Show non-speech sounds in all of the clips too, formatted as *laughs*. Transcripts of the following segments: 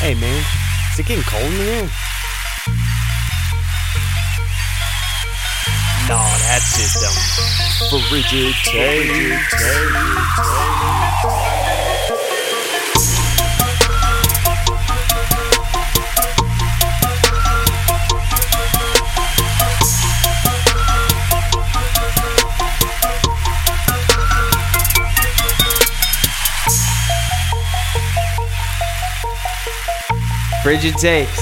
Hey man, is it getting cold in here? No, that's just them. Frigid Frigid Takes.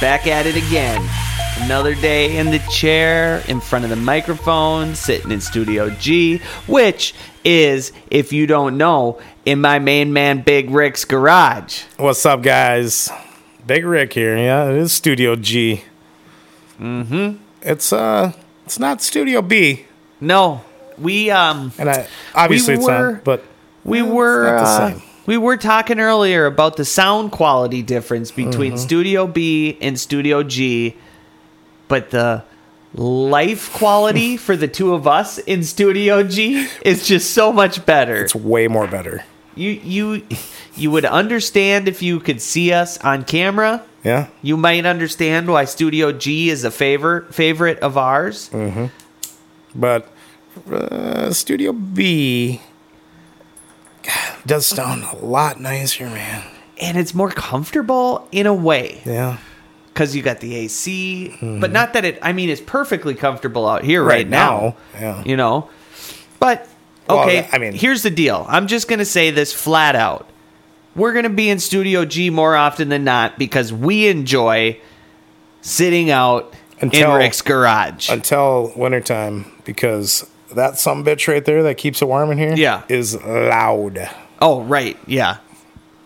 Back at it again. Another day in the chair, in front of the microphone, sitting in Studio G, which is, if you don't know, in my main man Big Rick's garage. What's up, guys? Big Rick here. Yeah, it is Studio G. Mm-hmm. It's uh, it's not Studio B, No, we um and I obviously it's were- not. But we it's were not the uh, same. we were talking earlier about the sound quality difference between Mm-hmm. Studio B and Studio G, but the life *laughs* quality for the two of us in Studio G is just so much better. It's way more better. you you you would understand if you could see us on camera. Yeah, You might understand why Studio G is a favorite favorite of ours. Mm. but uh, Studio B *sighs* God, does sound a lot nicer, man. And it's more comfortable in a way. Yeah, because you got the AC. Mm-hmm. But not that it. I mean, it's perfectly comfortable out here right, now. yeah. You know, but Well, okay. I mean- here's the deal. I'm just gonna say this flat out. We're gonna be in Studio G more often than not because we enjoy sitting out Until- in Rick's garage. until wintertime because that some bitch right there that keeps it warm in here Yeah. is loud. oh, right. Yeah.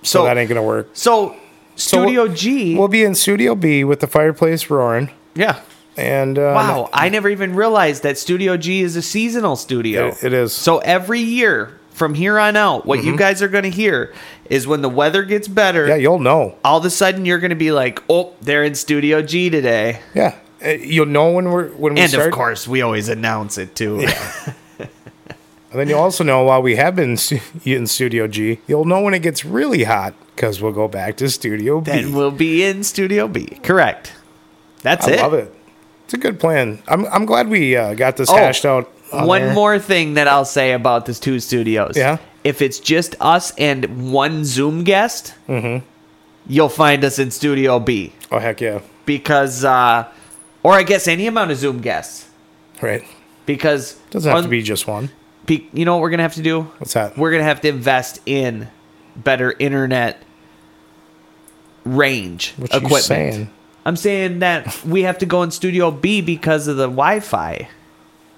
So So that ain't gonna work. so So Studio we'll- G. We'll be in Studio B with the fireplace roaring. yeah. And uh, Wow, I never even realized that Studio G is a seasonal studio. It- it is. Mm-hmm. So every year from here on out, what you guys are going to hear is when the weather gets better, yeah, you'll know. all of a sudden you're going to be like, "Oh, they're in Studio G today." Yeah, Uh, you'll know when we're when we and start. of course, we always announce it too. *laughs* And then you'll also know while we have been in stu- *laughs* in Studio G, you'll know when it gets really hot because we'll go back to Studio B. then we'll be in Studio B. Correct. That's I it. love it. It's a good plan. I'm I'm glad we uh, got this Oh, hashed out. on One there. more thing that I'll say about this two studios. Yeah? If it's just us and one Zoom guest, Mm-hmm. you'll find us in Studio B. Oh heck yeah! because uh or I guess any amount of Zoom guests Right. because Doesn't have un- to be just one. be- you know what we're gonna have to do? What's that? We're gonna have to invest in better internet range What you equipment. saying? I'm saying that we have to go in Studio B because of the Wi-Fi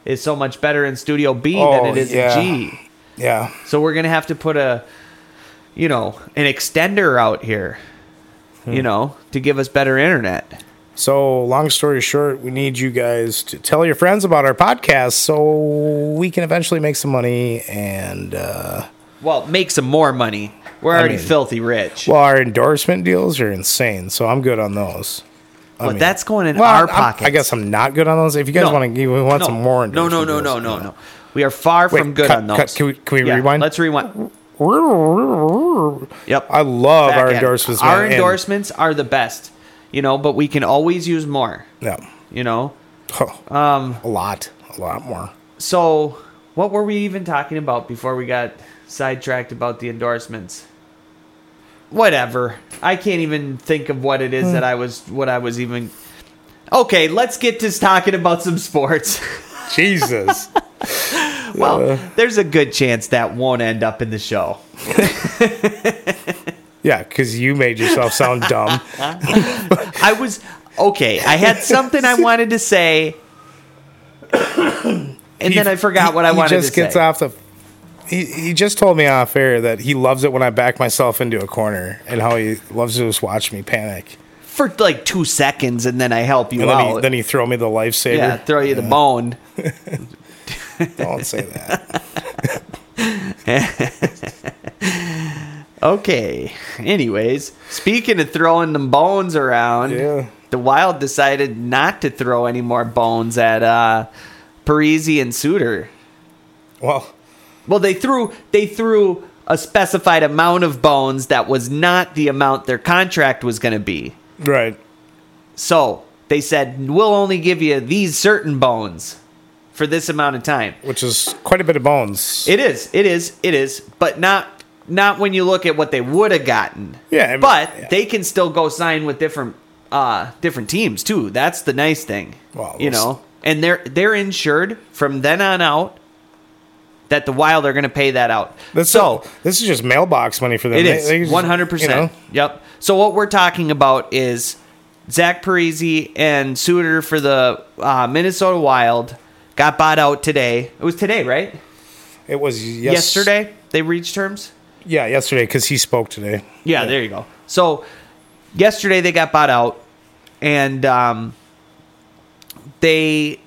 is so much better in Studio B Oh, than it is yeah. in G. Yeah. So we're gonna have to put a, you know, an extender out here, Hmm. you know, to give us better internet. So, long story short, we need you guys to tell your friends about our podcast so we can eventually make some money and uh, Well, make some more money. We're already mean- filthy rich. Well, well, our endorsement deals are insane. So I'm good on those. I mean- that's going in Well, our I'm- pocket. I guess I'm not good on those. If you guys want to, give we want no. some more. No, no, no, endorsement no, deals. no, no. We are far from good cut- on those. cut. Can we- can we Yeah, rewind? Let's rewind. Yep. I love Back our at it. endorsements. Man. Our and- endorsements are the best, you know, but we can always use more, yeah. you know. Oh, Um, a lot, a lot more. so what were we even talking about before we got sidetracked about the endorsements? Whatever. I can't even think of what it is Hmm. that I was what I was even Okay, let's get to talking about some sports. *laughs* Jesus. *laughs* Well, Uh. there's a good chance that won't end up in the show. yeah, because you made yourself sound dumb. I was okay. I had something I wanted to *coughs* say, *laughs* and then I forgot what I he wanted just to gets say. off the. He, he just told me off air that he loves it when I back myself into a corner and how he loves to just watch me panic. For like two seconds, and then I help you And then, out. he, then he throw me the lifesaver. yeah, throw you the bone. *laughs* Don't say that. Okay. Anyways, speaking of throwing them bones around, Yeah. the Wild decided not to throw any more bones at uh, Parisi and Suter. Well, Well, they threw they threw a specified amount of bones that was not the amount their contract was going to be. Right. So they said, we'll only give you these certain bones for this amount of time. Which is quite a bit of bones. It is, it is, it is, but not not when you look at what they would have gotten. Yeah, I mean, but yeah. they can still go sign with different uh different teams too. That's the nice thing. Well, you those- know, and they're they're insured from then on out. That the Wild are going to pay that out. That's so so. This is just mailbox money for them. it They- they is just, one hundred percent. you know, Yep. So what we're talking about is Zach Parisi and Suter for the uh, Minnesota Wild got bought out today. It was today, right? it was yes, Yesterday they reached terms. Yeah, yesterday because he spoke today. Yeah, there you go. So yesterday they got bought out, and um, they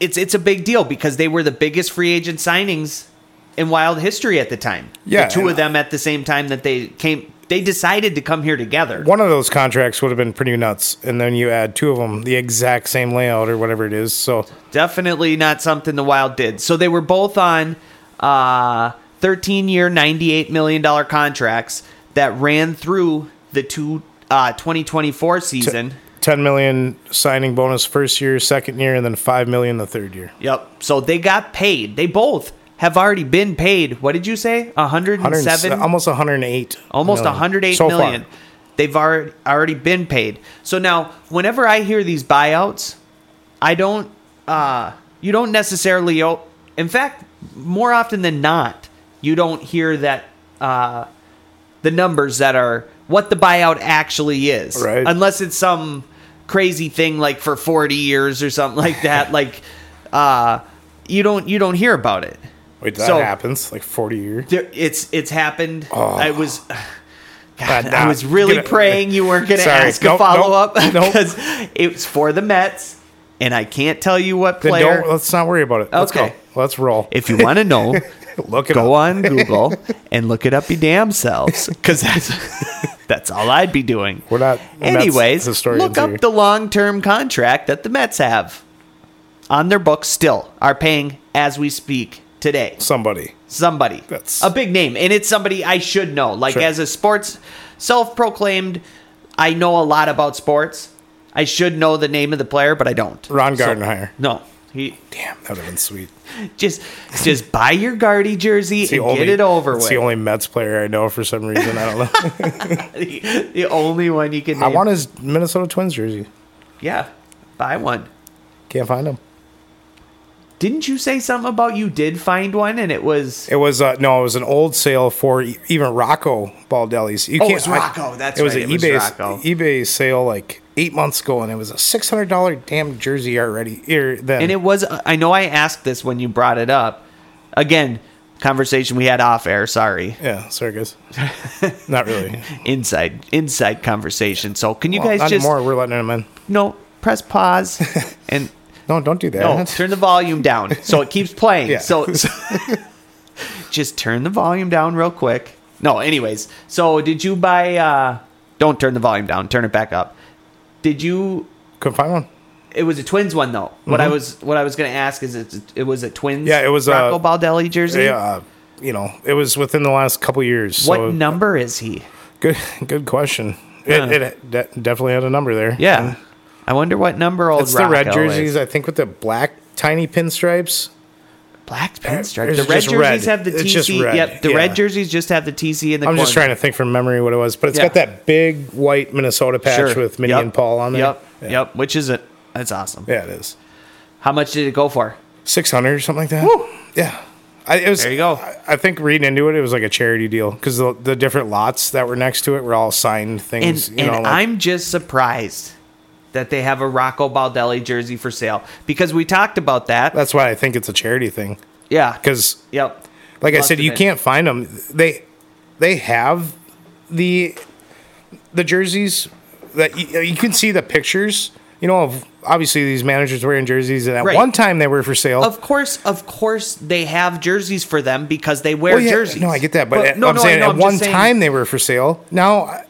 it's it's a big deal because they were the biggest free agent signings in Wild history at the time. Yeah, the two and- of them at the same time that they came, they decided to come here together. One of those contracts would have been pretty nuts, and then you add two of them, the exact same layout or whatever it is. So Definitely not something the Wild did. So they were both on uh, 13 year, $98 million contracts that ran through the two, uh, 2024 season. ten million signing bonus first year, second year, and then five million the third year. Yep. So they got paid. They both have already been paid. What did you say? 100 107? almost 108. almost million. 108 So far. million. They've already already been paid. So now, whenever I hear these buyouts, I don't. Uh, you don't necessarily. o- In fact, more often than not, you don't hear that uh, the numbers that are what the buyout actually is, Right. unless it's some crazy thing like for 40 years or something like *laughs* that. like, uh, you don't you don't hear about it. Wait, that So- happens like 40 years. There, it's it's happened. Oh. I was. God, *laughs* God, I nah, was really get it. praying you weren't going to *laughs* Sorry. ask a Nope, nope, follow up nope. because it was for the Mets, and I can't tell you what Then player. don't let's not worry about it. Let's Okay. go. Let's roll. If you want to *laughs* know, Look it go up. on Google and look it up your damn selves because that's *laughs* that's all I'd be doing. We're not Mets Anyways, historians look up here. the long term contract that the Mets have on their books. Still are paying as we speak today somebody. somebody That's- a big name and it's somebody i should know like Sure. as a sports self-proclaimed i know a lot about sports i should know the name of the player but i don't Ron Gardenhire. no he Damn, that would have been sweet. just just buy your guardy jersey It's the and only, get it over it's with the only Mets player I know for some reason. I don't know. *laughs* the, the only one you can I name. want his Minnesota Twins jersey. yeah buy one Can't find him. didn't you say something about you did find one and it was It was uh, no, it was an old sale for e- even Rocco Baldelli's. You Oh, it can't- was Rocco, that's it was right, an it was eBay Rocco. eBay sale like eight months ago, and it was a six hundred dollar damn jersey already. Here then, and it was i know i asked this when you brought it up again conversation we had off air sorry yeah, *laughs* sorry guys, not really. inside inside conversation. So can you Well, guys not just anymore. We're letting him in. no press *laughs* pause and No, don't do that. no turn the volume down so it keeps playing. Yeah. *laughs* So, so- *laughs* just turn the volume down real quick. No, anyways. So did you buy? uh Don't turn the volume down. Turn it back up. Did you? Couldn't find one. It was a twins one though. What I Mhm. was what I was gonna ask is it it was a twins. Yeah, it was, uh, Rocco Baldelli jersey. Yeah, uh, you know, it was within the last couple years. What so number is he? Good, good question. Yeah. It, it de- definitely had a number there. Yeah. I wonder what number old Mm. It's the red Rocco is. jerseys, I think, with the black tiny pinstripes. Black pinstripe. It's The red just jerseys red. have the TC. It's just red, Yep, the yeah. red jerseys just have the TC in the I'm corner. just trying to think from memory what it was, but it's Yeah. got that big white Minnesota patch with Minnie Yep. and Paul on there. Yep, Yeah. yep. Which is it? That's awesome. Yeah, it is. How much did it go for? Six hundred or something like that. Yeah. I, it was, There you go. I, I think reading into it, it was like a charity deal because the, the different lots that were next to it were all signed And things. you and know, like- I'm just surprised that they have a Rocco Baldelli jersey for sale because we talked about that. that's why I think it's a charity thing yeah. because yep. like I Must said, have you been. can't find them. They they have the the jerseys that you, you can see the pictures. You know, of obviously these managers wearing jerseys, and at Right. one time they were for sale. Of course, of course, they have jerseys for them because they wear Well, Oh, yeah, jerseys. No, I get that, but, at- no, I'm no, I saying know, at I'm just one saying- time they were for sale. Now I-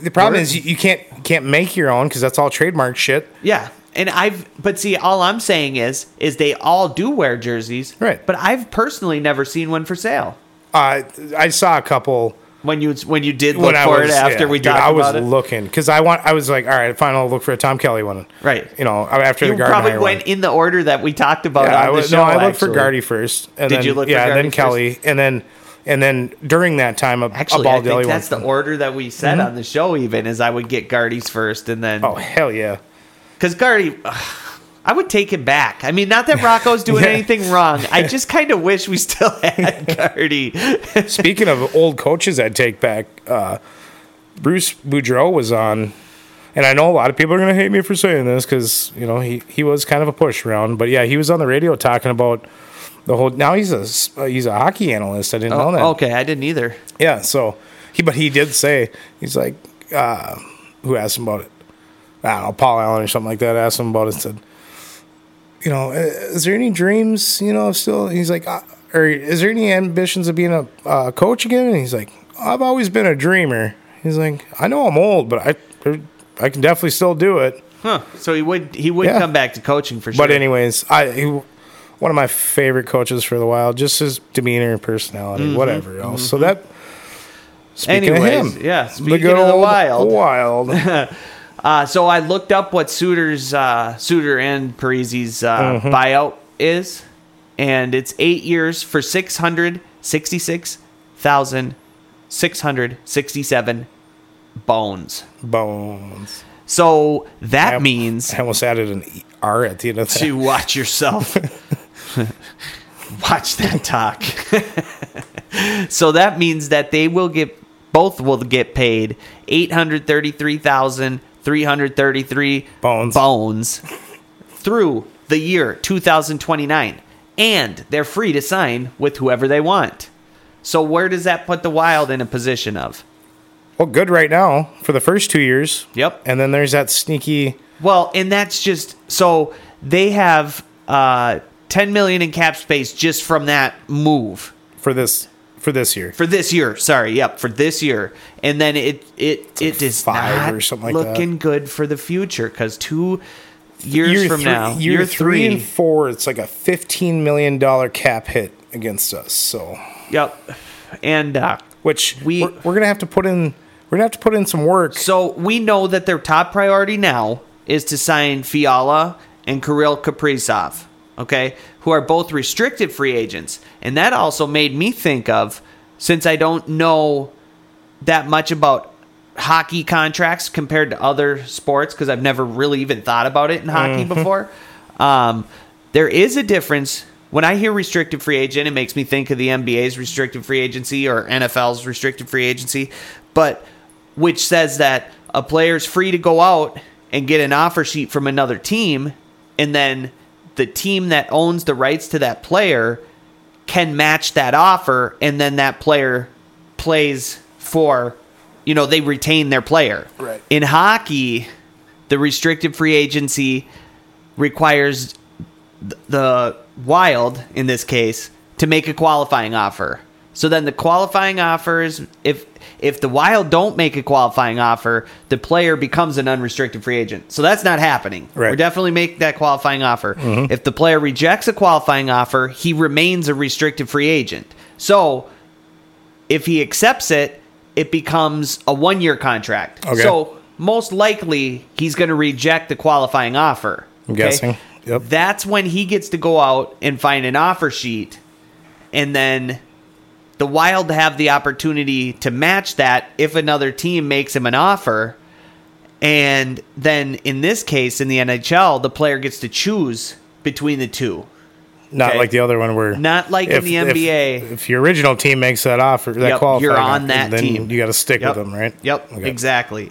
the problem is you, you can't you can't make your own because that's all trademark shit. Yeah. And I've but see all I'm saying is is they all do wear jerseys. Right. But I've personally never seen one for sale. Uh, I saw a couple when you when you did look when I for was it after yeah, we dude, talked I was about it. looking because I want. I was like, all right, fine. I'll look for a Tom Kelly one. Right. You know, after you the Gardner probably one. went in the order that we talked about Yeah, on I the was, show. no, I looked for actually. Gardy first, and Did then you look for yeah, and Gardy then Kelly, and then and then during that time, a, a Actually, I Ball think Deli that's one. Mm-hmm. the order that we said on the show. Even is I would get Gardy's first, and then oh hell yeah! because Gardy, ugh, I would take him back. I mean, not that *laughs* Rocco's doing Yeah. anything wrong. I just kind of wish we still had *laughs* Gardy. Speaking of old coaches, I'd take back. Uh, Bruce Boudreau was on, and I know a lot of people are gonna hate me for saying this because you know he he was kind of a push around, but yeah, he was on the radio talking about the whole. Now he's a s- uh, he's a hockey analyst. I didn't know that. oh, okay, I didn't either. Yeah, so he but he did say he's like uh who asked him about it? I don't know, Paul Allen or something like that asked him about it and said, you know, "Uh, is there any dreams, you know, still he's like uh, or is there any ambitions of being a uh, coach again? And he's like, I've always been a dreamer. He's like, I know I'm old, but I I can definitely still do it. Huh. So he would he would Yeah. come back to coaching for sure. But anyways, I he, one of my favorite coaches for the wild, just his demeanor and personality, whatever else. So that speaking Mm-hmm. Anyways, of him, yeah, speaking of the Wild. wild. *laughs* Uh, so I looked up what Suter's uh, Suter and Parisi's uh, Mm-hmm. buyout is, and it's eight years for six hundred sixty-six thousand six hundred sixty-seven bones. Bones. So that I- means I almost added an E R at the end of that. *laughs* to watch yourself. watch that talk. *laughs* so that means that they will get both will get paid eight hundred thirty three thousand three hundred thirty three Bones. bones through the year two thousand twenty nine, and they're free to sign with whoever they want. So where does that put the Wild in a position of? Well, good right now for the first two years. Yep. And then there's that sneaky. Well, and that's just so they have uh, ten million in cap space just from that move for this for this year. for this year. Sorry, yep, for this year, and then it it it is five not or something like that. looking good for the future because two years year from three, now, year, three and four, it's like a fifteen million dollar cap hit against us. So yep, and uh, which We- we we're, we're gonna have to put in. We're gonna have to put in some work. so we know that their top priority now is to sign Fiala and Kirill Kaprizov, okay, who are both restricted free agents, and that also made me think of since I don't know that much about hockey contracts compared to other sports because I've never really even thought about it in hockey before. Um, there is a difference. When I hear restricted free agent, it makes me think of the NBA's restricted free agency or NFL's restricted free agency, but which says that a player's free to go out and get an offer sheet from another team, and then the team that owns the rights to that player can match that offer and then that player plays for you know they retain their player Right. in hockey the restricted free agency requires th- the wild in this case to make a qualifying offer so then the qualifying offers if if the wild don't make a qualifying offer the player becomes an unrestricted free agent so that's not happening Right. Mm-hmm. we're definitely make that qualifying offer if the player rejects a qualifying offer he remains a restricted free agent so if he accepts it, it becomes a one year contract. Okay. So most likely he's going to reject the qualifying offer. I'm guessing. Yep. That's when he gets to go out and find an offer sheet, and then the Wild have the opportunity to match that if another team makes him an offer. And then in this case, in the NHL, the player gets to choose between the two. Not Okay. like the other one where Not like in the NBA. If, your original team makes that offer, that Yep, qualifying you're on offer, that then team. You got to stick Yep. with them, right? Yep, Okay. exactly.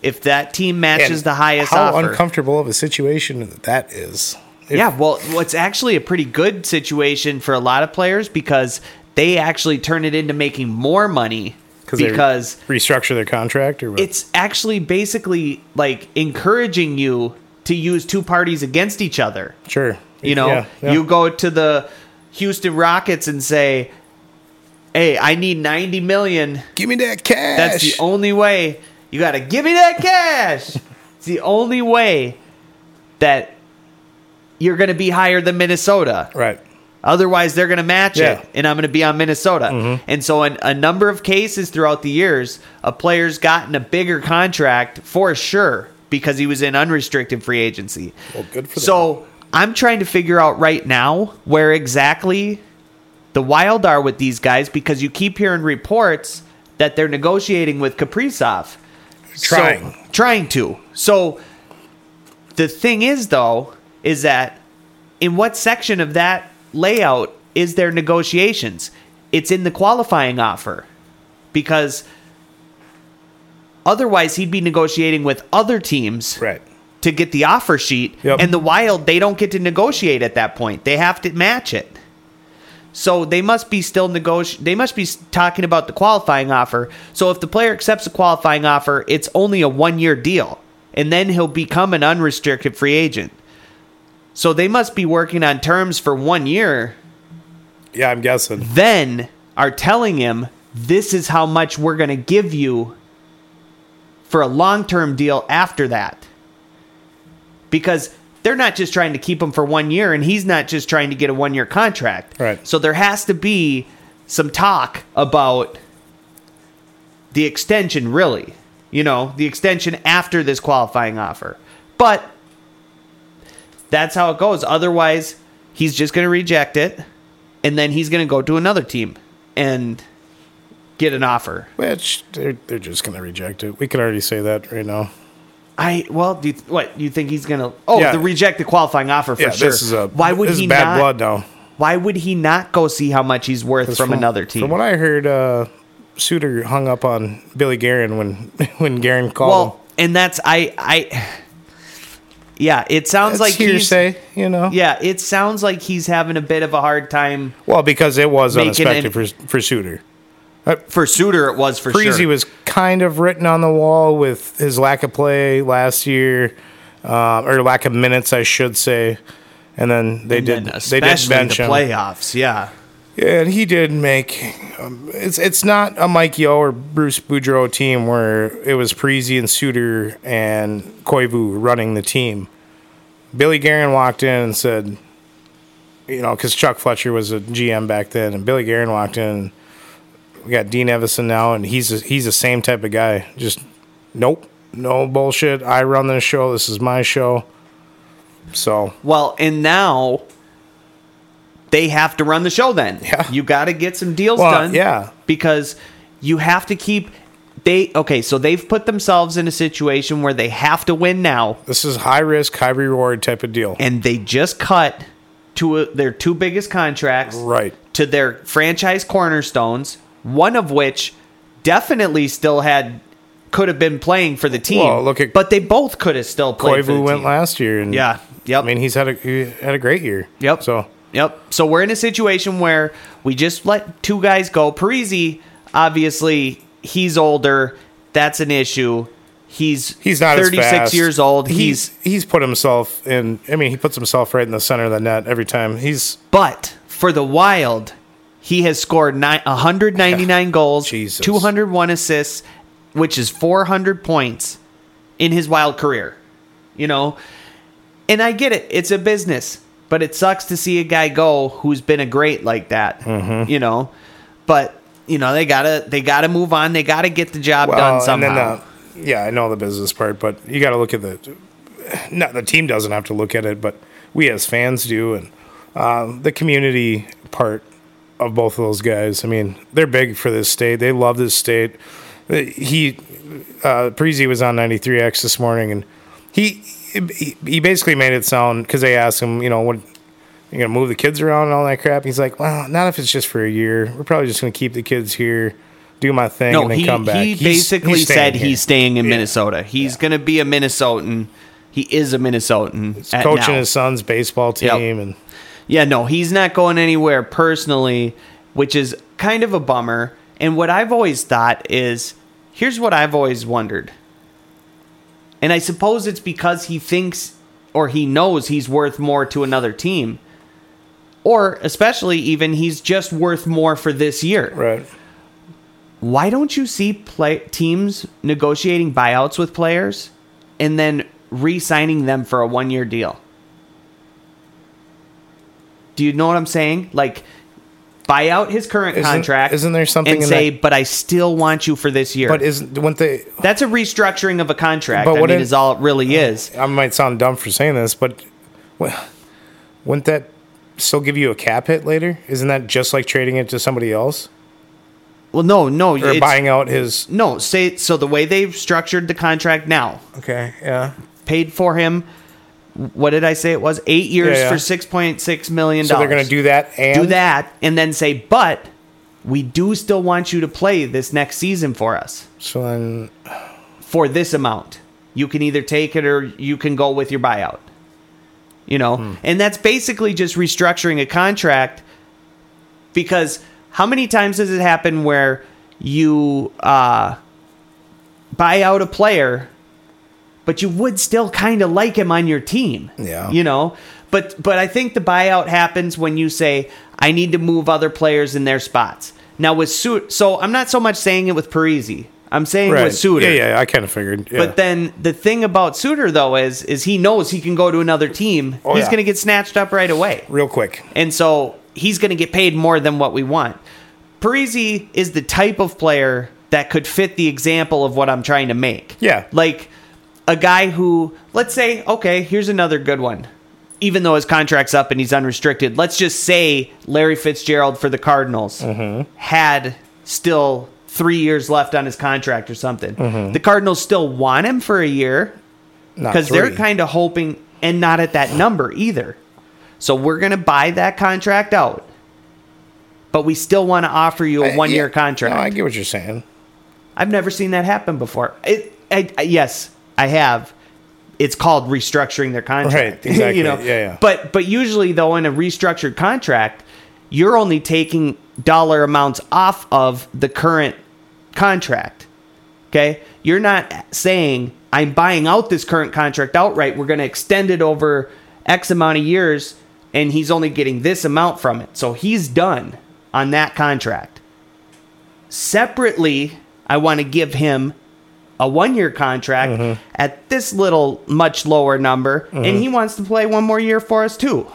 If that team matches And the highest How offer, uncomfortable of a situation that is. If- yeah. Well, well, it's actually a pretty good situation for a lot of players because they actually turn it into making more money they because restructure their contract or what? it's actually basically like encouraging you to use two parties against each other. sure. You know, Yeah, yeah. you go to the Houston Rockets and say, "Hey, I need 90 million give me that cash. That's the only way. You got to give me that *laughs* cash. it's the only way that you're going to be higher than Minnesota. right. Otherwise, they're going to match Yeah. Mm-hmm. it, and I'm going to be on Minnesota. And so, in a number of cases throughout the years, a player's gotten a bigger contract for sure because he was in unrestricted free agency. Well, good for them. So, I'm trying to figure out right now where exactly the Wild are with these guys because you keep hearing reports that they're negotiating with Kaprizov. So- Trying. trying to. So the thing is, though, is that in what section of that layout is there negotiations? It's in the qualifying offer because otherwise he'd be negotiating with other teams Right. to get the offer sheet Yep. and the wild they don't get to negotiate at that point they have to match it so they must be still negoti- they must be s- talking about the qualifying offer so if the player accepts a qualifying offer it's only a one year deal and then he'll become an unrestricted free agent so they must be working on terms for one year Yeah, I'm guessing. then are telling him this is how much we're going to give you for a long-term deal after that because they're not just trying to keep him for one year and he's not just trying to get a one-year contract Right. so there has to be some talk about the extension really you know the extension after this qualifying offer but that's how it goes otherwise he's just going to reject it and then he's going to go to another team and get an offer Which they're they're just gonna reject it. We can already say that right now. I well, do you, what you think he's gonna? Oh, Yeah. the reject the qualifying offer for yeah, sure. this is a why would this he is bad not? blood now. Why would he not go see how much he's worth from, another team? From what I heard, uh, Suter hung up on Billy Garen when *laughs* when Garen called. well, him. and that's I I. Yeah, it sounds It's like he's. hearsay, you know. Yeah, it sounds like he's having a bit of a hard time. Well, because it was Making unexpected for for Suter. For Suter, it was for Breezy sure. was kind of written on the wall with his lack of play last year, um, or lack of minutes, I should say. And then they And did they did especially bench the him. playoffs. Yeah, Yeah, and he did make. Um, it's it's not a Mike Yo or Bruce Boudreau team where it was Parisi and Suter and Koivu running the team. Billy Garen walked in and said, you know, because Chuck Fletcher was a GM back then, and Billy Garen walked in. We got Dean Evison now, and he's a, he's the same type of guy. Just nope, no bullshit. I run this show. This is my show. So Well, and now they have to run the show then. Yeah. You got to get some deals Well, done. yeah. Because you have to keep they okay, so they've put themselves in a situation where they have to win now this is high risk, high reward type of deal. and they just cut two of their two biggest contracts right. to their franchise cornerstones, one of which definitely still had could have been playing for the team. Well, look at- but they both could have still played for the Koivu went team. last year, and Yeah. Yep. I mean he's had a he had a great year. Yep. So Yep. So we're in a situation where we just let two guys go. Parisi, obviously, he's older. That's an issue. He's he's not as 36 fast. years old. He- He's he's put himself in. I mean he puts himself right in the center of the net every time. He's but for the Wild, he has scored nine, 199 goals, Jesus. 201 assists, which is 400 points in his Wild career. You know, and I get it. It's a business, but it sucks to see a guy go who's been a great like that. Mm-hmm. You know, but you know they gotta they gotta move on. They gotta get the job done well, uh, and somehow. then the- yeah, I know the business part, but you got to look at the. Not the team doesn't have to look at it, but we as fans do, and um, the community part of both of those guys. I mean, they're big for this state. They love this state. He uh, Parisi was on 93X this morning, and he he he basically made it sound because they asked him, you know, what you're gonna move the kids around and all that crap. He's like, well, not if it's just for a year. We're probably just gonna keep the kids here, do my thing, no, and then he, come back. he He's- basically he's staying said here. he's staying in Yeah. Minnesota. He's gonna be a Minnesotan. He is a Minnesotan. at coaching now. his son's baseball team, Yep. and Yeah, no, he's not going anywhere personally, which is kind of a bummer. And what I've always thought is here's what I've always wondered. And I suppose it's because he thinks or he knows he's worth more to another team. Or especially even he's just worth more for this year. right. Why don't you see play- teams negotiating buyouts with players and then re-signing them for a one-year deal? Do you know what I'm saying? Like, buy out his current Isn't- contract. isn't there something and in say, that- but I still want you for this year? But isn't when they? That's a restructuring of a contract. But I what mean, if- is all it really is. I might sound dumb for saying this, but wh- wouldn't that still give you a cap hit later? Isn't that just like trading it to somebody else Well, no, no, or it's- buying out his? no. Say so. The way they've structured the contract now, Okay, yeah. paid for him. What did I say? It was eight years Yeah, yeah. for six point six million So dollars. they're gonna do that and do that and then say, but we do still want you to play this next season for us So then, for this amount. You can either take it or you can go with your buyout. You know, Hmm. and that's basically just restructuring a contract because how many times does it happen where you uh, buy out a player, but you would still kind of like him on your team? Yeah. You know, but but I think the buyout happens when you say I need to move other players in their spots. Now with suit, so I'm not so much saying it with Parisi. I'm saying right? with Suter. Yeah, yeah. I kind of figured. Yeah. But then the thing about Suter though is is he knows he can go to another team. Oh, he's yeah. going to get snatched up right away. real quick, And so he's going to get paid more than what we want. Parisi is the type of player that could fit the example of what I'm trying to make. Yeah. Like a guy who, let's say, okay, here's another good one. Even though his contract's up and he's unrestricted, let's just say Larry Fitzgerald for the Cardinals had still three years left on his contract or something. The Cardinals still want him for a year because because they're kind of hoping and not at that number either. So we're going to buy that contract out, but we still want to offer you a one year contract. No, I get what you're saying. I've never seen that happen before. It, I, I, yes, I have. It's called restructuring their contract. Right, *laughs* exactly. you know, Yeah, yeah. But but usually though, in a restructured contract, you're only taking dollar amounts off of the current contract. Okay, you're not saying I'm buying out this current contract outright. We're going to extend it over X amount of years, and he's only getting this amount from it. So he's done on that contract separately i want to give him a one year contract Mm-hmm. at this little much lower number and he wants to play one more year for us too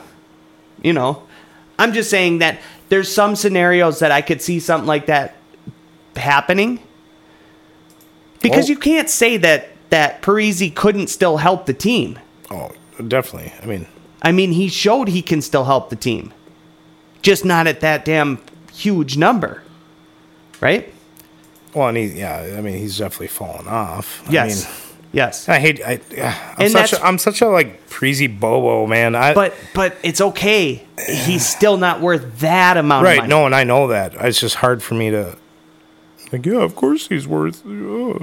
you know i'm just saying that there's some scenarios that i could see something like that happening because Well- you can't say that that parisi couldn't still help the team Oh, definitely. I mean, i mean he showed he can still help the team just not at that damn huge number right well, and he, yeah. I mean, he's definitely fallen off. I yes mean, yes I hate. I, yeah, I'm And such. that's- A, I'm such a like preasy bobo man. I, But but it's okay. He's still not worth that amount of right. money. No, and I know that. It's just hard for me to. Like, yeah, of course he's worth. oh.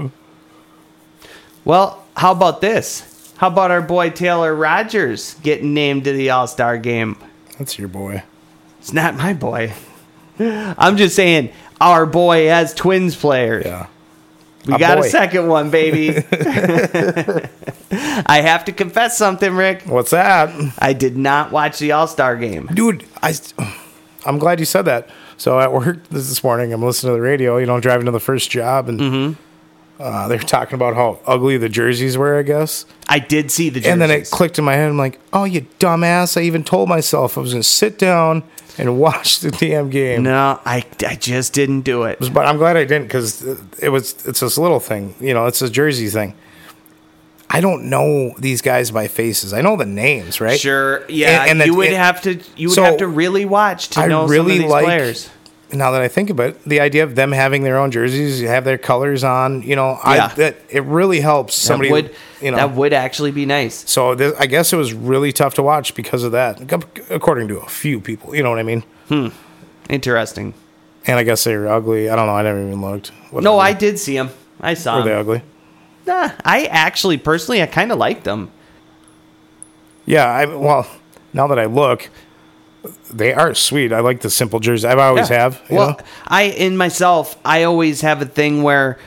yeah. Well, how about this? How about our boy Taylor Rogers getting named to the All Star game? That's your boy. It's not my boy. *laughs* I'm just saying our boy as twins player. Yeah. we our got a boy. second one, *laughs* baby. *laughs* I have to confess something, Rick. What's that? I did not watch the All Star game. dude i *sighs* i'm glad you said that so at work *laughs* this, this morning i'm listening to the radio you know driving to the first job and Mm-hmm. uh, they're talking about how ugly the jerseys were i guess I did see the jerseys. and then it clicked in my head i'm like oh you dumbass i even told myself i was gonna sit down and *laughs* watch the damn game no, I, I just didn't do it. but i'm glad i didn't because it was it's this little thing you know it's this jersey thing I don't know these guys by faces. I know the names, right? Sure. Yeah. And- and the- you would it- have to. You would So, have to really watch to I know some really of these like players. now that I think about it, the idea of them having their own jerseys, you have their colors on, you know, Yeah. I that it really helps somebody that would. you know. That would actually be nice. so this, I guess it was really tough to watch because of that, ac- according to a few people. You know what I mean? Interesting. And I guess they were ugly. I don't know. I never even looked. No, I Um, Whatever. did see him. I saw Were they him. ugly? Nah, I actually, personally, I kind of liked them. Yeah. I well, now that I look, they are sweet. I like the simple jersey. I always have. You well, know? I in myself, I always have a thing where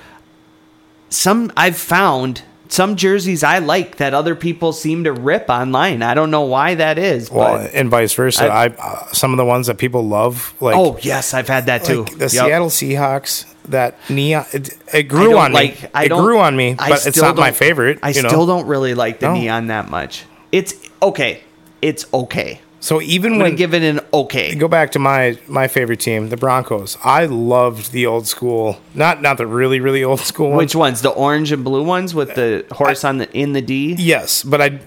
some I've found some jerseys I like that other people seem to rip online. I don't know why that is. well, but, and vice versa. I, I- uh, some of the ones that people love, like oh yes, I've had that too. Like the Yep. Seattle Seahawks, that neon, it, it I grew don't on me. I it don't- grew on me, I but it's still not my don't- favorite. I you know? still don't really like the No. neon that much. It's okay. It's okay. So even I'm when gonna give it an okay. go back to my my favorite team, the Broncos. I loved the old school, not not the really really old school one. Which ones? The orange and blue ones with the horse on the in the D. Yes, but I,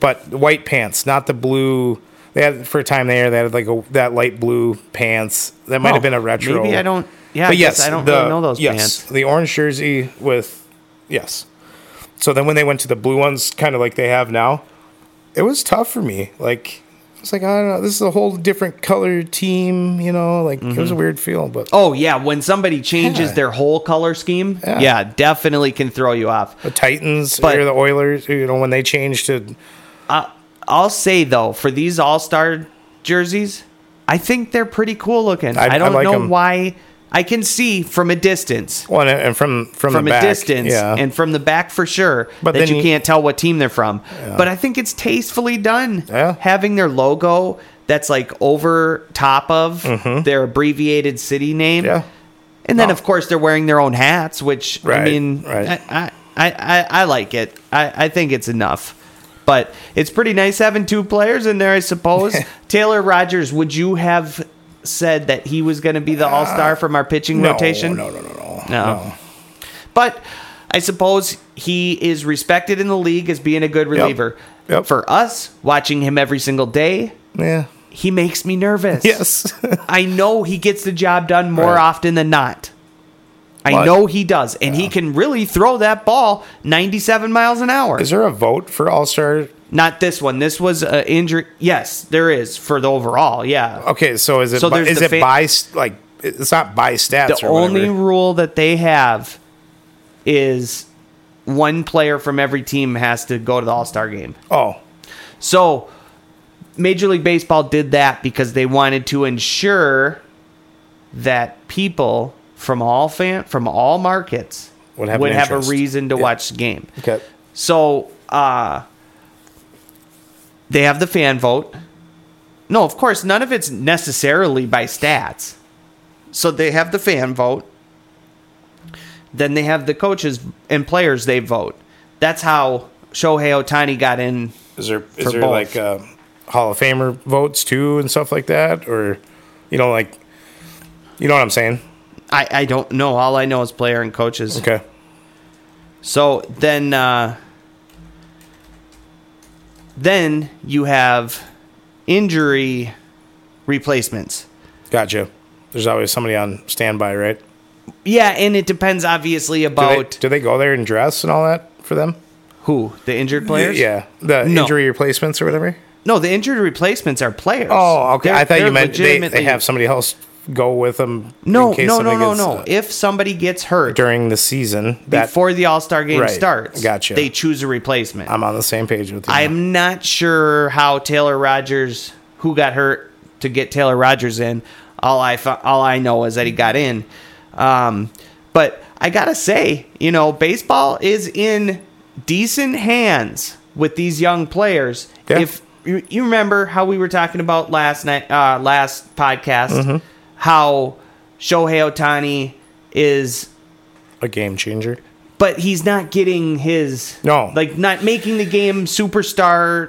but white pants, not the blue. They had for a time there. They had like a that light blue pants. That might Oh, have been a retro. maybe I don't- yeah, I but guess yes, I don't the, really know those yes, pants. The orange jersey with, yes. So then when they went to the blue ones, kind of like they have now, it was tough for me. Like it's like I don't know. This is a whole different color team. You know, like it was a weird feel, but Mm-hmm. Oh yeah, when somebody changes Yeah. their whole color scheme, Yeah. yeah. definitely can throw you off. the Titans But- or the Oilers. You know, when they changed to I, I'll say though, for these All Star jerseys, I think they're pretty cool looking. I- I, I don't like know 'em. why. I can see from a distance, one and from from, from the a back, distance, and from the back for sure, But that then you, you- can't tell what team they're from. But I think it's tastefully done. Yeah. Having their logo that's like over top of their abbreviated city name. Mm-hmm. yeah. And then, No. of course, they're wearing their own hats, which I Right, mean, right. I, I, I, I, I like it. I, I think it's enough. But it's pretty nice having two players in there, I *laughs* suppose. Taylor Rogers, would you have said that he was going to be the all star from our pitching Uh, No, rotation? No, no, no, no, No. But I suppose he is respected in the league as being a good reliever. Yep. For us, watching him every single day, no. Yeah. he makes me nervous. Yes. *laughs* I know he gets the job done more Right. often than not. I But- know he does, and he can really throw that ball 97 miles an hour. Is there a vote for All Star? Not this one. This was an injury. Yes, there is for the overall. Yeah. Okay, so is it So by, there's is the it fa- by s- like it's not by stats the or only whatever. rule that they have is one player from every team has to go to the All Star game. Oh, So Major League Baseball did that because they wanted to ensure that people from all fan from all markets Would have an have a interest. reason to Yeah. watch the game. okay. So uh they have the fan vote. No, of course, none of it's necessarily by stats. So they have the fan vote. Then they have the coaches and players they vote. That's how Shohei Otani got in Is there is For there both. like uh, Hall of Famer votes too and stuff like that, or you know, like you know what I'm saying? I, I don't know. All I know is player and coaches. Okay, So then uh, then you have injury replacements. gotcha. There's always somebody on standby, right? Do Yeah, and it depends obviously they- about do they go there and dress and all that for them? who the injured players. Yeah, the No. injury replacements or whatever. No, the injured replacements are players. Oh, okay. They're- I thought you they're meant they, they legitimately- have somebody else go with them. No, no, no, something no, is, no. uh, if somebody gets hurt during the season, that before the All Star game Right. starts, Gotcha. They choose a replacement. I'm on the same page with you. I'm not sure how Taylor Rogers, who got hurt to get Taylor Rogers in. All I fo- all I know is that he got in. Um, but I gotta say, you know, baseball is in decent hands with these young players. Yeah. If you, you remember how we were talking about last night, uh, last podcast, how Shohei Otani is a game changer. but he's not getting his No. like not making the game superstar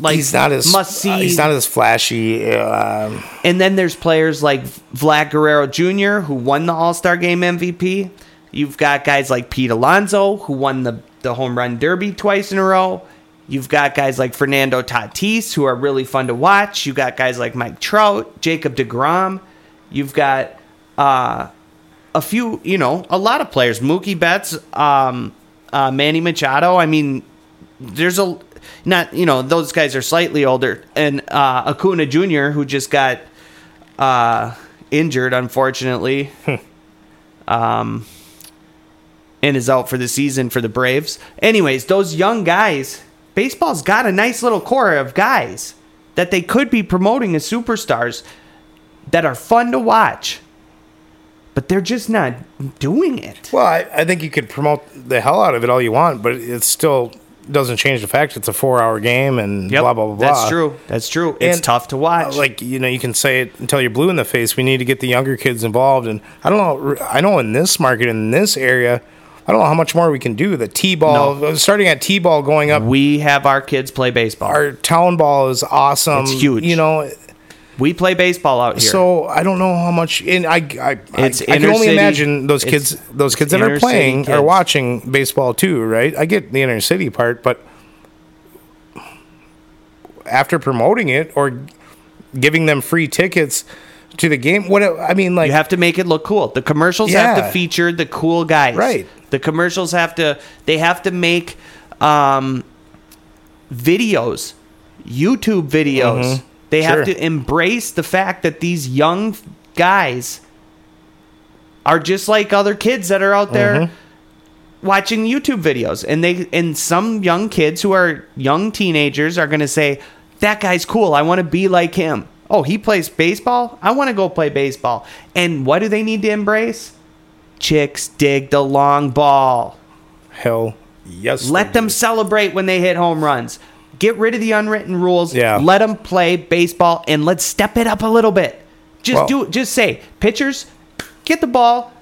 like He's not as must see uh, he's not as flashy. Uh, and then there's players like Vlad Guerrero Jr. who won the All-Star Game MVP you've got guys like Pete Alonso who won the the home run derby twice in a row you've got guys like Fernando Tatis who are really fun to watch you got guys like Mike Trout Jacob DeGrom you've got uh a few, you know, a lot of players. Mookie Betts, um, uh, Manny Machado. I mean, there's a not, you know, those guys are slightly older, and uh, Acuna Jr., who just got uh, injured, unfortunately, Hmm. um, and is out for the season for the Braves. Anyways, those young guys, baseball's got a nice little core of guys that they could be promoting as superstars that are fun to watch but they're just not doing it. well, I, I think you could promote the hell out of it all you want, but it still doesn't change the fact it's a four-hour game and blah blah blah. blah. That's true. That's true. It's And, tough to uh, watch. Like you know, you can say it until you're blue in the face. We need to get the younger kids involved, and I don't know. I know in this market, in this area, I I don't know how much more we can do. The T ball, starting at T ball going up, We have our kids play baseball. our town ball is awesome. Mm-hmm. It's huge. You know, we play baseball out here. so I don't know how much. And I, I, I, I It's can inner only city- imagine those it's- kids, those kids it's that are inner city playing kids. are watching baseball too, right? I get the inner city part, but after promoting it or giving them free tickets to the game, what I mean, like you have to make it look cool. The commercials have Yeah. to feature the cool guys. Right. The commercials have to they have to make um, videos, YouTube videos. Mhm. They Sure. have to embrace the fact that these young guys are just like other kids that are out there watching YouTube videos. And they and some young kids who are young teenagers are going to say, "That guy's cool. I want to be like him." Oh, he plays baseball? I want to go play baseball. And what do they need to embrace? Chicks dig the long ball. hell, yes, Let they them do. celebrate when they hit home runs. Get rid of the unwritten rules. Yeah. Let them play baseball and let's step it up a little bit. Just Well- do just say, pitchers, get the ball,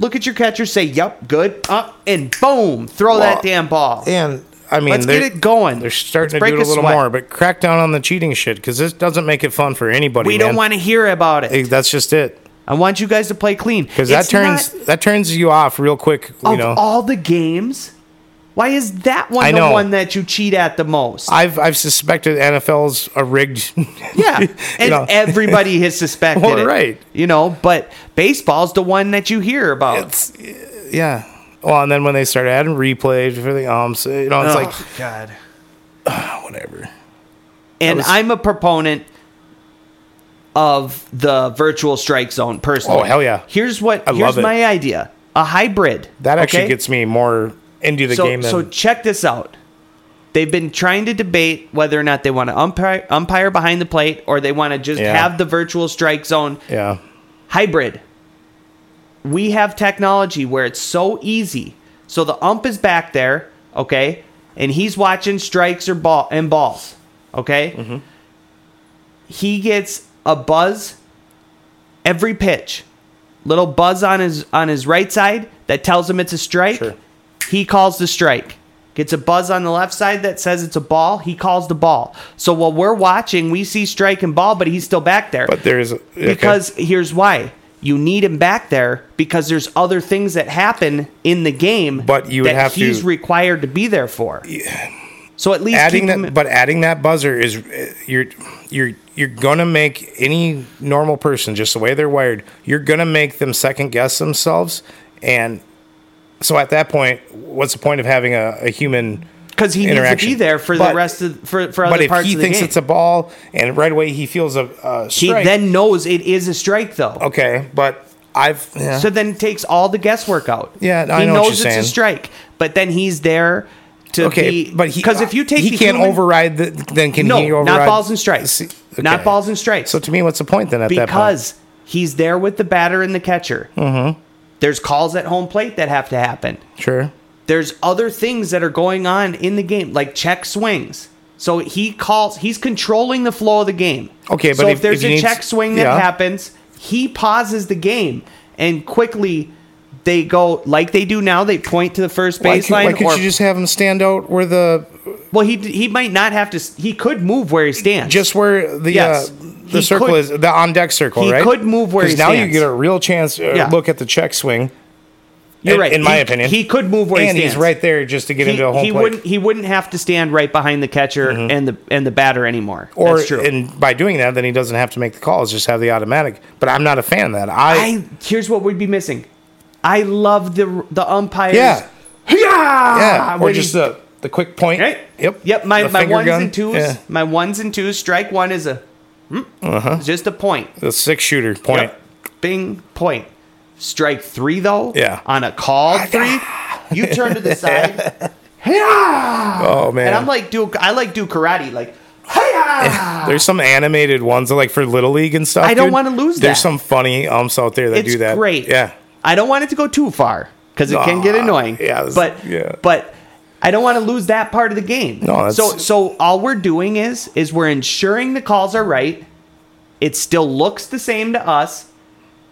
look at your catcher, say, Yep, good, up, and boom, throw Well, that damn ball. And I mean, Let's they're- get it going. They're Let's starting to do break it a little sweat. more, but crack down on the cheating shit because this doesn't make it fun for anybody. We don't man. want to hear about it. It- That's just it. I want you guys to play clean. Because that It's turns not- Oh, that turns you off real quick. You of know, all the games, why is that one I the know. one that you cheat at the most? I've I've suspected NFL's a rigged. *laughs* *laughs* Yeah, you and know. everybody *laughs* has suspected Well, it, right. You know, but baseball's the one that you hear about. It's- yeah. Well, and then when they start adding replays for the umps, you know, it's Ugh, like God. "Ah, *sighs* whatever. And was- I'm a proponent of the virtual strike zone personally. Oh, hell yeah. Here's what I here's love it. my idea: a hybrid That actually okay? gets me more into the so, game. Than, So check this out. They've been trying to debate whether or not they want to umpire, umpire behind the plate or they want to just Yeah. have the virtual strike zone yeah, hybrid. We have technology where it's so easy. So the ump is back there, okay, and he's watching strikes or ball and balls, okay. Mm-hmm. He gets a buzz every pitch, little buzz on his on his right side that tells him it's a strike. Sure. He calls the strike. Gets a buzz on the left side that says it's a ball. He calls the ball. So while we're watching, we see strike and ball, but he's still back there but there's okay. because here's why you need him back there because there's other things that happen in the game But you would that have to- he's required to be there for so at least adding keep that, him- but adding that buzzer is uh, you're you're you're gonna make any normal person just the way they're wired. You're gonna make them second guess themselves, and so at that point, what's the point of having a, a human? because he needs to be interaction. there for the But- rest of for, for But other if parts he of the thinks game it's a ball, and right away he feels a, a he strike, then knows it is a strike though okay. But I've yeah. so then it takes all the guesswork out Yeah, I he know what knows you're it's saying. a strike but then he's there to okay, be but he because if you take he the can't human- override the then can no he override not balls and strikes See, not okay. balls and strikes So to me, what's the point then at that point? because he's there with the batter and the catcher. Mm-hmm. There's calls at home plate that have to happen. sure. There's other things that are going on in the game, like check swings. So he calls. He's controlling the flow of the game. Okay, but so if, if- there's if you a need- check swing that yeah. happens, he pauses the game and quickly they go like they do now. They point to the first Why, can't- baseline. why couldn't or, you just have him stand out where the well, he he might not have to. s- He could move where he stands. just where the Yes. uh, He the circle could- is the on deck circle, he right? could move where he 'Cause now stands. you get a real chance to Yeah. look at the check swing. you're in- right. in my He- opinion. he could move where and he he's stands. right there just to get into a home plate. Mm-hmm. wouldn't he wouldn't have to stand right behind the catcher and the and the batter anymore. or That's true. and by doing that, then he doesn't have to make the calls; just have the automatic. But I'm not a fan of that. I, I here's what we'd be missing. I love the the umpires. yeah, yeah, yeah, or when just he- the the quick point. right. Yep. yep. My The my finger ones gun. and twos. Yeah. My ones and twos. Strike one is a, mm, it's just a point. The six shooter Uh-huh. point. Yep. Bing point. Strike three though. Yeah. Ah, On a call three, you turn to the *laughs* side. yeah. Oh man. And I'm like do I like do karate like. Hey-ya! There's some animated ones like for Little League and stuff. I don't dude. wanna lose There's that. some funny umps out there that it's do that. great. Yeah. I don't want it to go too far because it can get Nah, annoying. yeah, this- but yeah. but I don't want to lose that part of the game. No, that's- so so all we're doing is is we're ensuring the calls are right. It still looks the same to us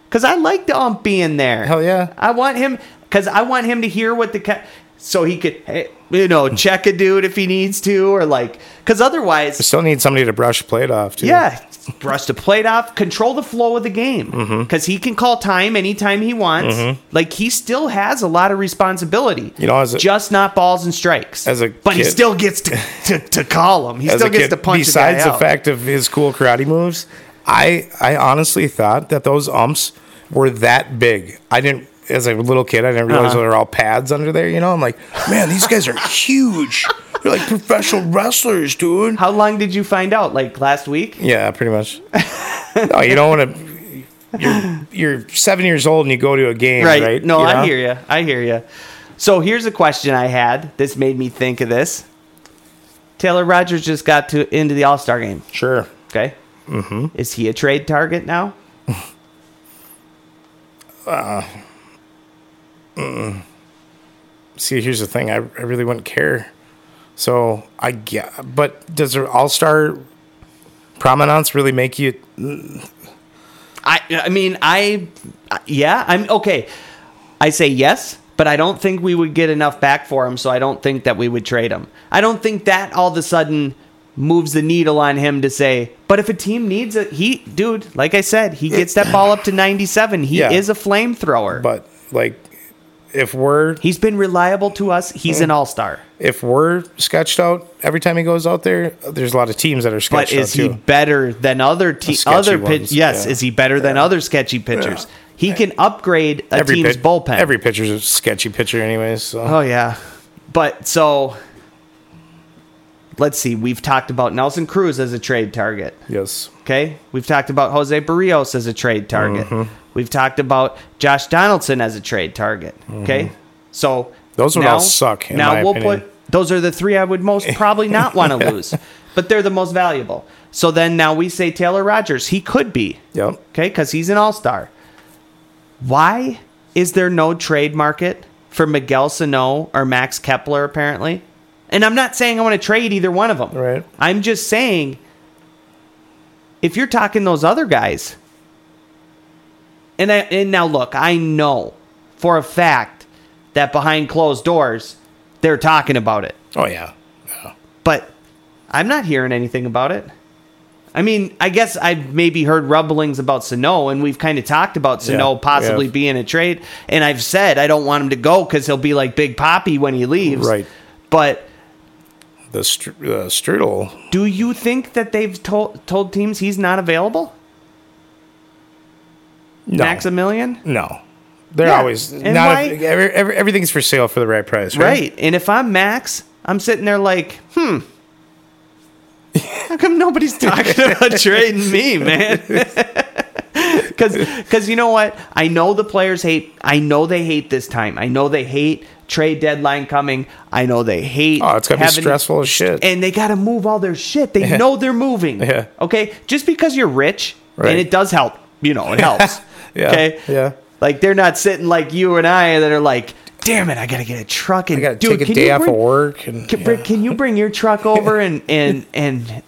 because I like the ump being there. Hell yeah. I want him. because I want him to hear what the ca- so he could hey, you know check a dude if he needs to or like because I otherwise still need somebody to brush a plate off too. yeah brush the plate off control the flow of the game Mm-hmm. because he can call time anytime he wants like he still has a lot of responsibility You know, as a- just not balls and strikes As a but he kid- still gets *laughs* to, to, to call him he As still a gets kid, to punch Besides a guy the out. fact of his cool karate moves, I I honestly thought that those umps were that big. I didn't. As a little kid, I didn't realize Uh-huh. they were all pads under there. You know, I'm like, man, these guys are huge. They're like professional wrestlers, dude. how long did you find out like last week Yeah, pretty much. no, you don't want to. You're, you're seven years old and you go to a game, right? no you know? i hear you i hear you so here's a question i had this made me think of this taylor rogers just got to into the all-star game Sure. Okay. Mm-hmm. Is he a trade target now? See, here's the thing. I, I really wouldn't care. So I get, but does an all star prominence really make you? I I mean I yeah I'm okay. I say yes, but I don't think we would get enough back for him, so I don't think that we would trade him. I don't think that all of a sudden moves the needle on him to say. But if a team needs a he dude, like I said, he gets that ball up to 97. He Yeah. is a flamethrower. But like, if we're He's been reliable to us. He's an all star. if we're sketched out every time he goes out there, there's a lot of teams that are But sketched is out he too. better than other te- sketchy other pitch? ones, Yes, yeah. is he better than other sketchy pitchers? He can upgrade a team's pit- bullpen. Every pitcher's a sketchy pitcher, anyways. So oh yeah, but so let's see. We've talked about Nelson Cruz as a trade target. yes, Okay, we've talked about Jose Barrios as a trade target. Mm-hmm. We've talked about Josh Donaldson as a trade target. Okay, so Mm-hmm. Those would now- all suck, in now my we'll opinion. put those are the three I would *laughs* most probably not want to lose, but they're the most valuable. So then now we say Taylor Rogers. He could be yep. okay because he's an all star. Why is there no trade market for Miguel Sano or Max Kepler apparently? And I'm not saying I want to trade either one of them. Right. I'm just saying if you're talking those other guys, and I, and now look, I know for a fact that behind closed doors they're talking about it, Oh yeah. but I'm not hearing anything about it. I mean, I guess I've maybe heard rumblings about Sano, and we've kind of talked about Sano Yeah, possibly we have. being a trade. And I've said I don't want him to go because he'll be like Big Poppy when he leaves. Right. But The str- uh, strudel. do you think that they've told told teams he's not available? No. Maximilian? No, they're Yeah. always And not. why- every, every, everything's for sale for the right price, right? Right. And if I'm Max, I'm sitting there like, hmm. How come *laughs* nobody's talking about trading me, man? *laughs* Because you know what? I know the players hate. I know they hate this time. I know they hate trade deadline coming. I know they hate. Oh, it's gonna be having- stressful as shit. and they got to move all their shit. They know they're moving. Yeah. Okay. Just because you're rich, Right. and it does help. You know, *laughs* it helps. yeah, Okay. yeah. Like they're not sitting like you and I that are like, damn it, I gotta get a truck and I gotta dude, take a can day you off bring, of work, and Can, yeah. bring- can you bring your *laughs* truck over and and and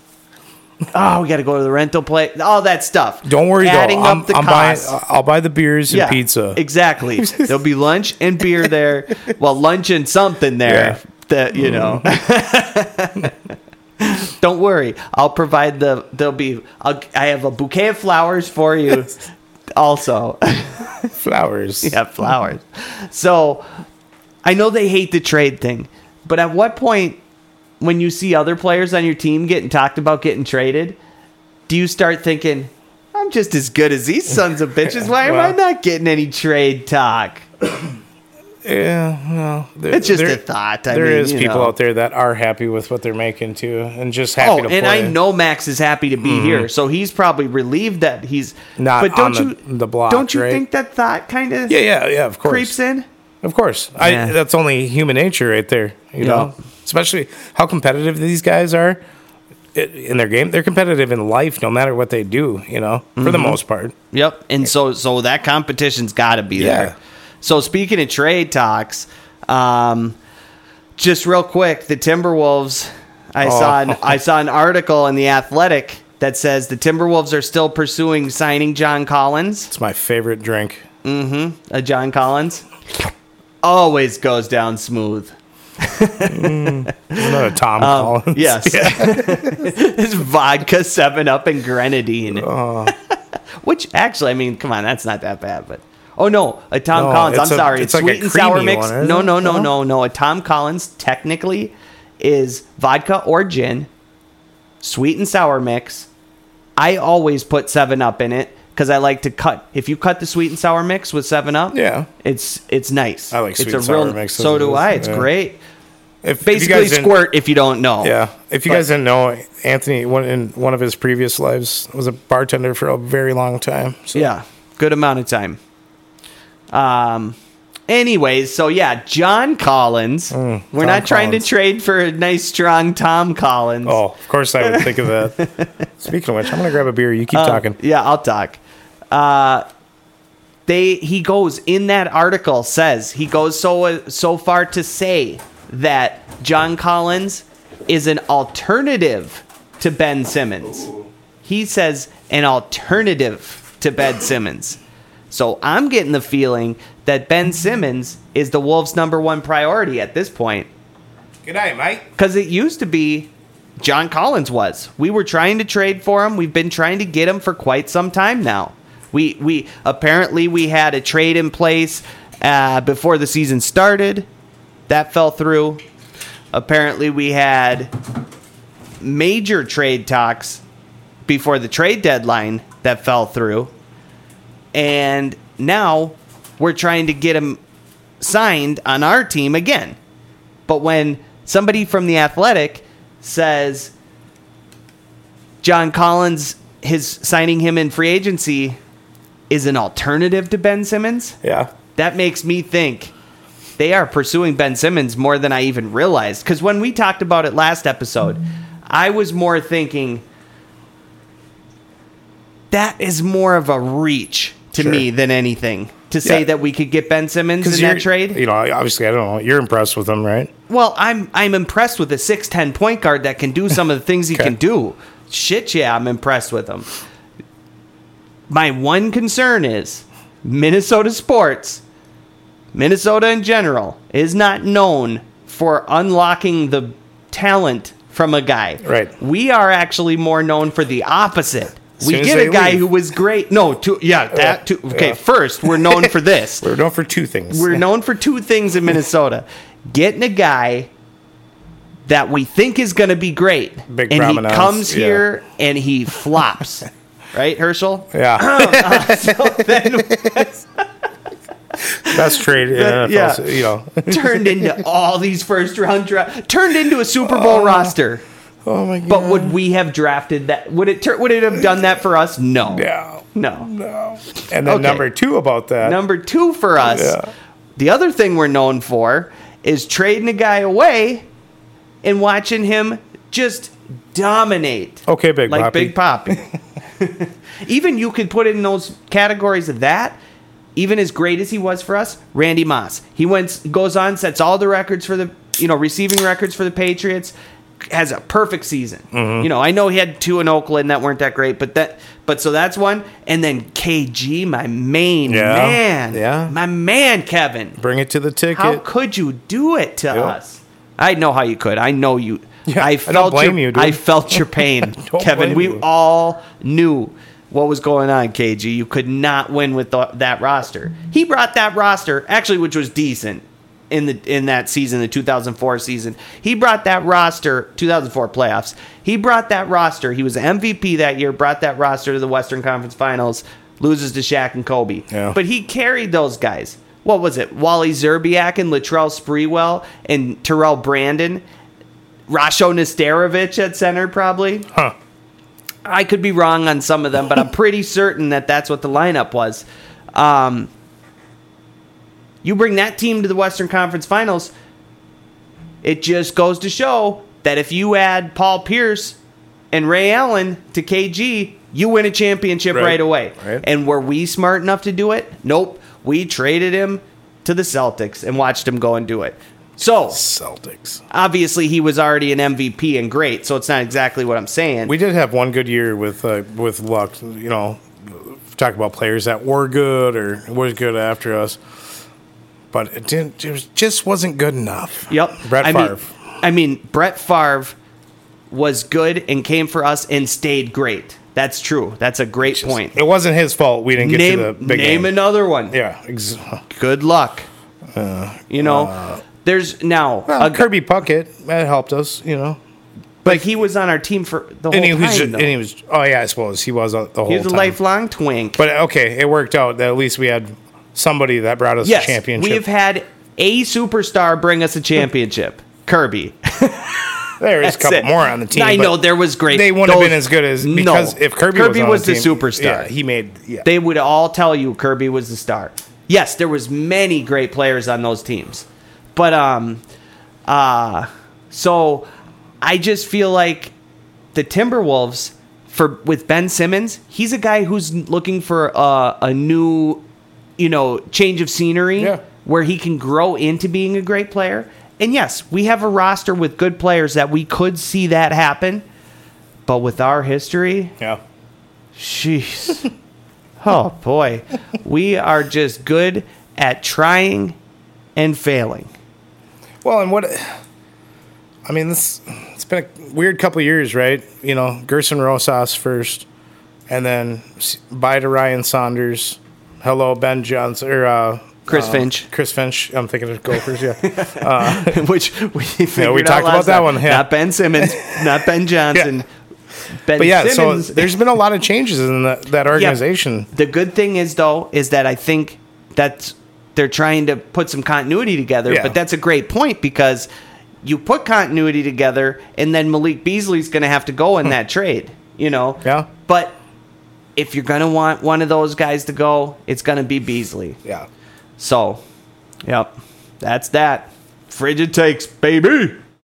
oh, we gotta go to the rental place, all that stuff. don't worry Adding though. up I'm, the I'm buying. costs. I'll buy the beers and pizza. Exactly. *laughs* There'll be lunch and beer there. Well, lunch and something there. Yeah. Mm-hmm. That you know. *laughs* Don't worry. I'll provide the. There'll be. I'll, I have a bouquet of flowers for *laughs* you. Also, *laughs* Flowers. yeah, flowers. So, I know they hate the trade thing, but at what point, when you see other players on your team getting talked about getting traded, do you start thinking, "I'm just as good as these sons of bitches. Why Well- am I not getting any trade talk?" Yeah, well, there- It's just there- a thought. I there mean, is you people know. out there that are happy with what they're making too, and just Oh, happy to and play. I know Max is happy to be here, so he's probably relieved that he's Mm-hmm. Not But don't on the- you the block, Don't you right? think that thought kind of Yeah, yeah, yeah. Of course, creeps in? Of course, I. Yeah. That's only human nature, right there. You know, Yeah. especially how competitive these guys are i- in their game. They're competitive in life, no matter what they do. You know, for Mm-hmm. the most part. Yep. And so so that competition's got to be Yeah. there. So speaking of trade talks, um, just real quick, the Timberwolves. I saw an, Oh. I saw an article in the Athletic that says the Timberwolves are still pursuing signing John Collins. It's my favorite drink. a John Collins. always goes down smooth. Another *laughs* Tom Um, Collins. Yes. *laughs* it's vodka, 7 Up, and grenadine. Oh. *laughs* Which, actually, I mean, come on, that's not that bad. But Oh, no, a Tom No, Collins. I'm it's a- sorry. it's like a sweet and sour creamy mix. one, isn't no, it? no, no, No? no, no. A Tom Collins technically is vodka or gin, sweet and sour mix. I always put 7 Up in it because I like to cut. If you cut the sweet and sour mix with 7 Up, Yeah. it's it's nice. I like sweet it's a and sour real, mix So as do is, I. It's yeah. great. If- if you Basically, guys didn't- squirt if you don't know. Yeah. If you But- guys didn't know, Anthony, one, in one of his previous lives, was a bartender for a very long time. So Yeah, good amount of time. Um. Anyways, so yeah, John Collins. We're Tom not trying to Mm, Collins. trade for a nice, strong Tom Collins. Oh, of course I would think of that. *laughs* Speaking of which, I'm gonna grab a beer. You Um, keep talking. Yeah, I'll talk. Uh, they he goes in that article says he goes so uh, so far to say that John Collins is an alternative to Ben Simmons. He says an alternative to Ben Simmons. So I'm getting the feeling that Ben Simmons is the Wolves' number one priority at this point. Good night, Mike. Because it used to be John Collins was. We were trying to trade for him. We've been trying to get him for quite some time now. We we apparently we had a trade in place uh, before the season started. That fell through. Apparently we had major trade talks before the trade deadline that fell through. And now we're trying to get him signed on our team again. But when somebody from the Athletic says John Collins, his signing him in free agency is an alternative to Ben Simmons, Yeah. that makes me think they are pursuing Ben Simmons more than I even realized. Because when we talked about it last episode, I was more thinking that is more of a reach to Sure. me than anything to say Yeah. that we could get Ben Simmons in you're- that trade. You know, obviously, I don't know. You're impressed with him, right? Well, I'm I'm impressed with a six ten point guard that can do some of the things he Okay. can do. Shit, yeah, I'm impressed with him. My one concern is Minnesota sports, Minnesota in general, is not known for unlocking the talent from a guy. Right. We are actually more known for the opposite. We soon as get they a guy leave. who was great. No, to, yeah, that. To, okay, yeah. first we're known for this. We're known for two things. We're known for two things in Minnesota: getting a guy that we think is going to be great, Big and he Brahmanas, comes yeah. here and he *laughs* flops. right, Herschel? yeah, Then best *laughs* trade in NFL. yeah. so, You know. *laughs* turned into all these first round draft, turned into a Super Bowl roster. Oh my god. But would we have drafted that? Would it tur- would it have done that for us? No, yeah. no. No. And then Okay. number two about that. Number two for us. Yeah. The other thing we're known for is trading a guy away and watching him just dominate. okay, big like Poppy. Big *laughs* Poppy. *laughs* even you could put in those categories of that. Even as great as he was for us, Randy Moss, he went goes on sets all the records for the you know receiving records for the Patriots, has a perfect season. Mm-hmm. You know I know he had two in Oakland that weren't that great, but that but so that's one. And then KG, my main Yeah. man, Yeah. my man, Kevin. Bring it to the ticket. How could you do it to us? I know how you could. I know you. Yeah, I I don't felt blame your, you, dude. I felt *laughs* your pain, Kevin. blame We you. all knew what was going on, KG. You could not win with the, that roster. He brought that roster actually, which was decent in the in that season, the 2004 season. He brought that roster 2004 playoffs. He brought that roster. He was MVP that year. Brought that roster to the Western Conference Finals. Loses to Shaq and Kobe. Yeah. But he carried those guys. What was it? Wally Zerbiak and Latrell Sprewell and Terrell Brandon, Rasho Nesterovich at center, probably. Huh. I could be wrong on some of them, but I'm pretty certain that that's what the lineup was. Um, you bring that team to the Western Conference Finals, it just goes to show that if you add Paul Pierce and Ray Allen to KG, you win a championship right, Right. away. Right. And were we smart enough to do it? Nope. We traded him to the Celtics and watched him go and do it. So Celtics. obviously he was already an MVP and great, so it's not exactly what I'm saying. We did have one good year with uh, with luck. You know, talk about players that were good or was good after us. but it didn't. It was, just wasn't good enough. Yep. Brett I Favre. mean, I mean, Brett Favre was good and came for us and stayed great. That's true. That's a great point. It wasn't his fault we didn't get Name, to the big name game. another one. yeah, ex- Good luck. you know, there's now, uh, well, a, Kirby Puckett that helped us. You know, but he was on our team for the whole and he time. was. ju- though. and he was. Oh yeah, I suppose he was uh, the whole he was a time. lifelong twink. But okay, it worked out that at least we had somebody that brought us yes, a championship. we have had a superstar bring us a championship. Kirby. there is That's a couple it. more on the team. I but know there was great. They wouldn't have those- been as good as No. because if Kirby, Kirby was, on was the team, superstar. Yeah, he made. Yeah, they would all tell you Kirby was the star. Yes, there was many great players on those teams. But um uh so I just feel like the Timberwolves for with Ben Simmons, he's a guy who's looking for uh, a new you know, change of scenery Yeah. where he can grow into being a great player. And yes, we have a roster with good players that we could see that happen. But with our history, yeah. Jeez. *laughs* oh boy. We are just good at trying and failing. *laughs* Well, and what I mean, this it's been a weird couple of years, right? You know, Gerson Rosas first, and then s- bye to Ryan Saunders. Hello, Ben Johnson or uh, Chris uh, Finch. Chris Finch. I'm thinking of *laughs* Gophers. Yeah, Which we figured we out talked last about that time. one, yeah. Not Ben Simmons, not *laughs* Ben Johnson. Ben but yeah. Simmons. So there's been a lot of changes in that, that Yeah. organization. The good thing is though is that I think that's they're trying to put some continuity together, Yeah. but that's a great point because you put continuity together and then Malik Beasley's going to have to go in that trade, you know. Hmm. Yeah. But if you're going to want one of those guys to go, it's going to be Beasley. Yeah. So, yep. That's that. Frigid takes, baby.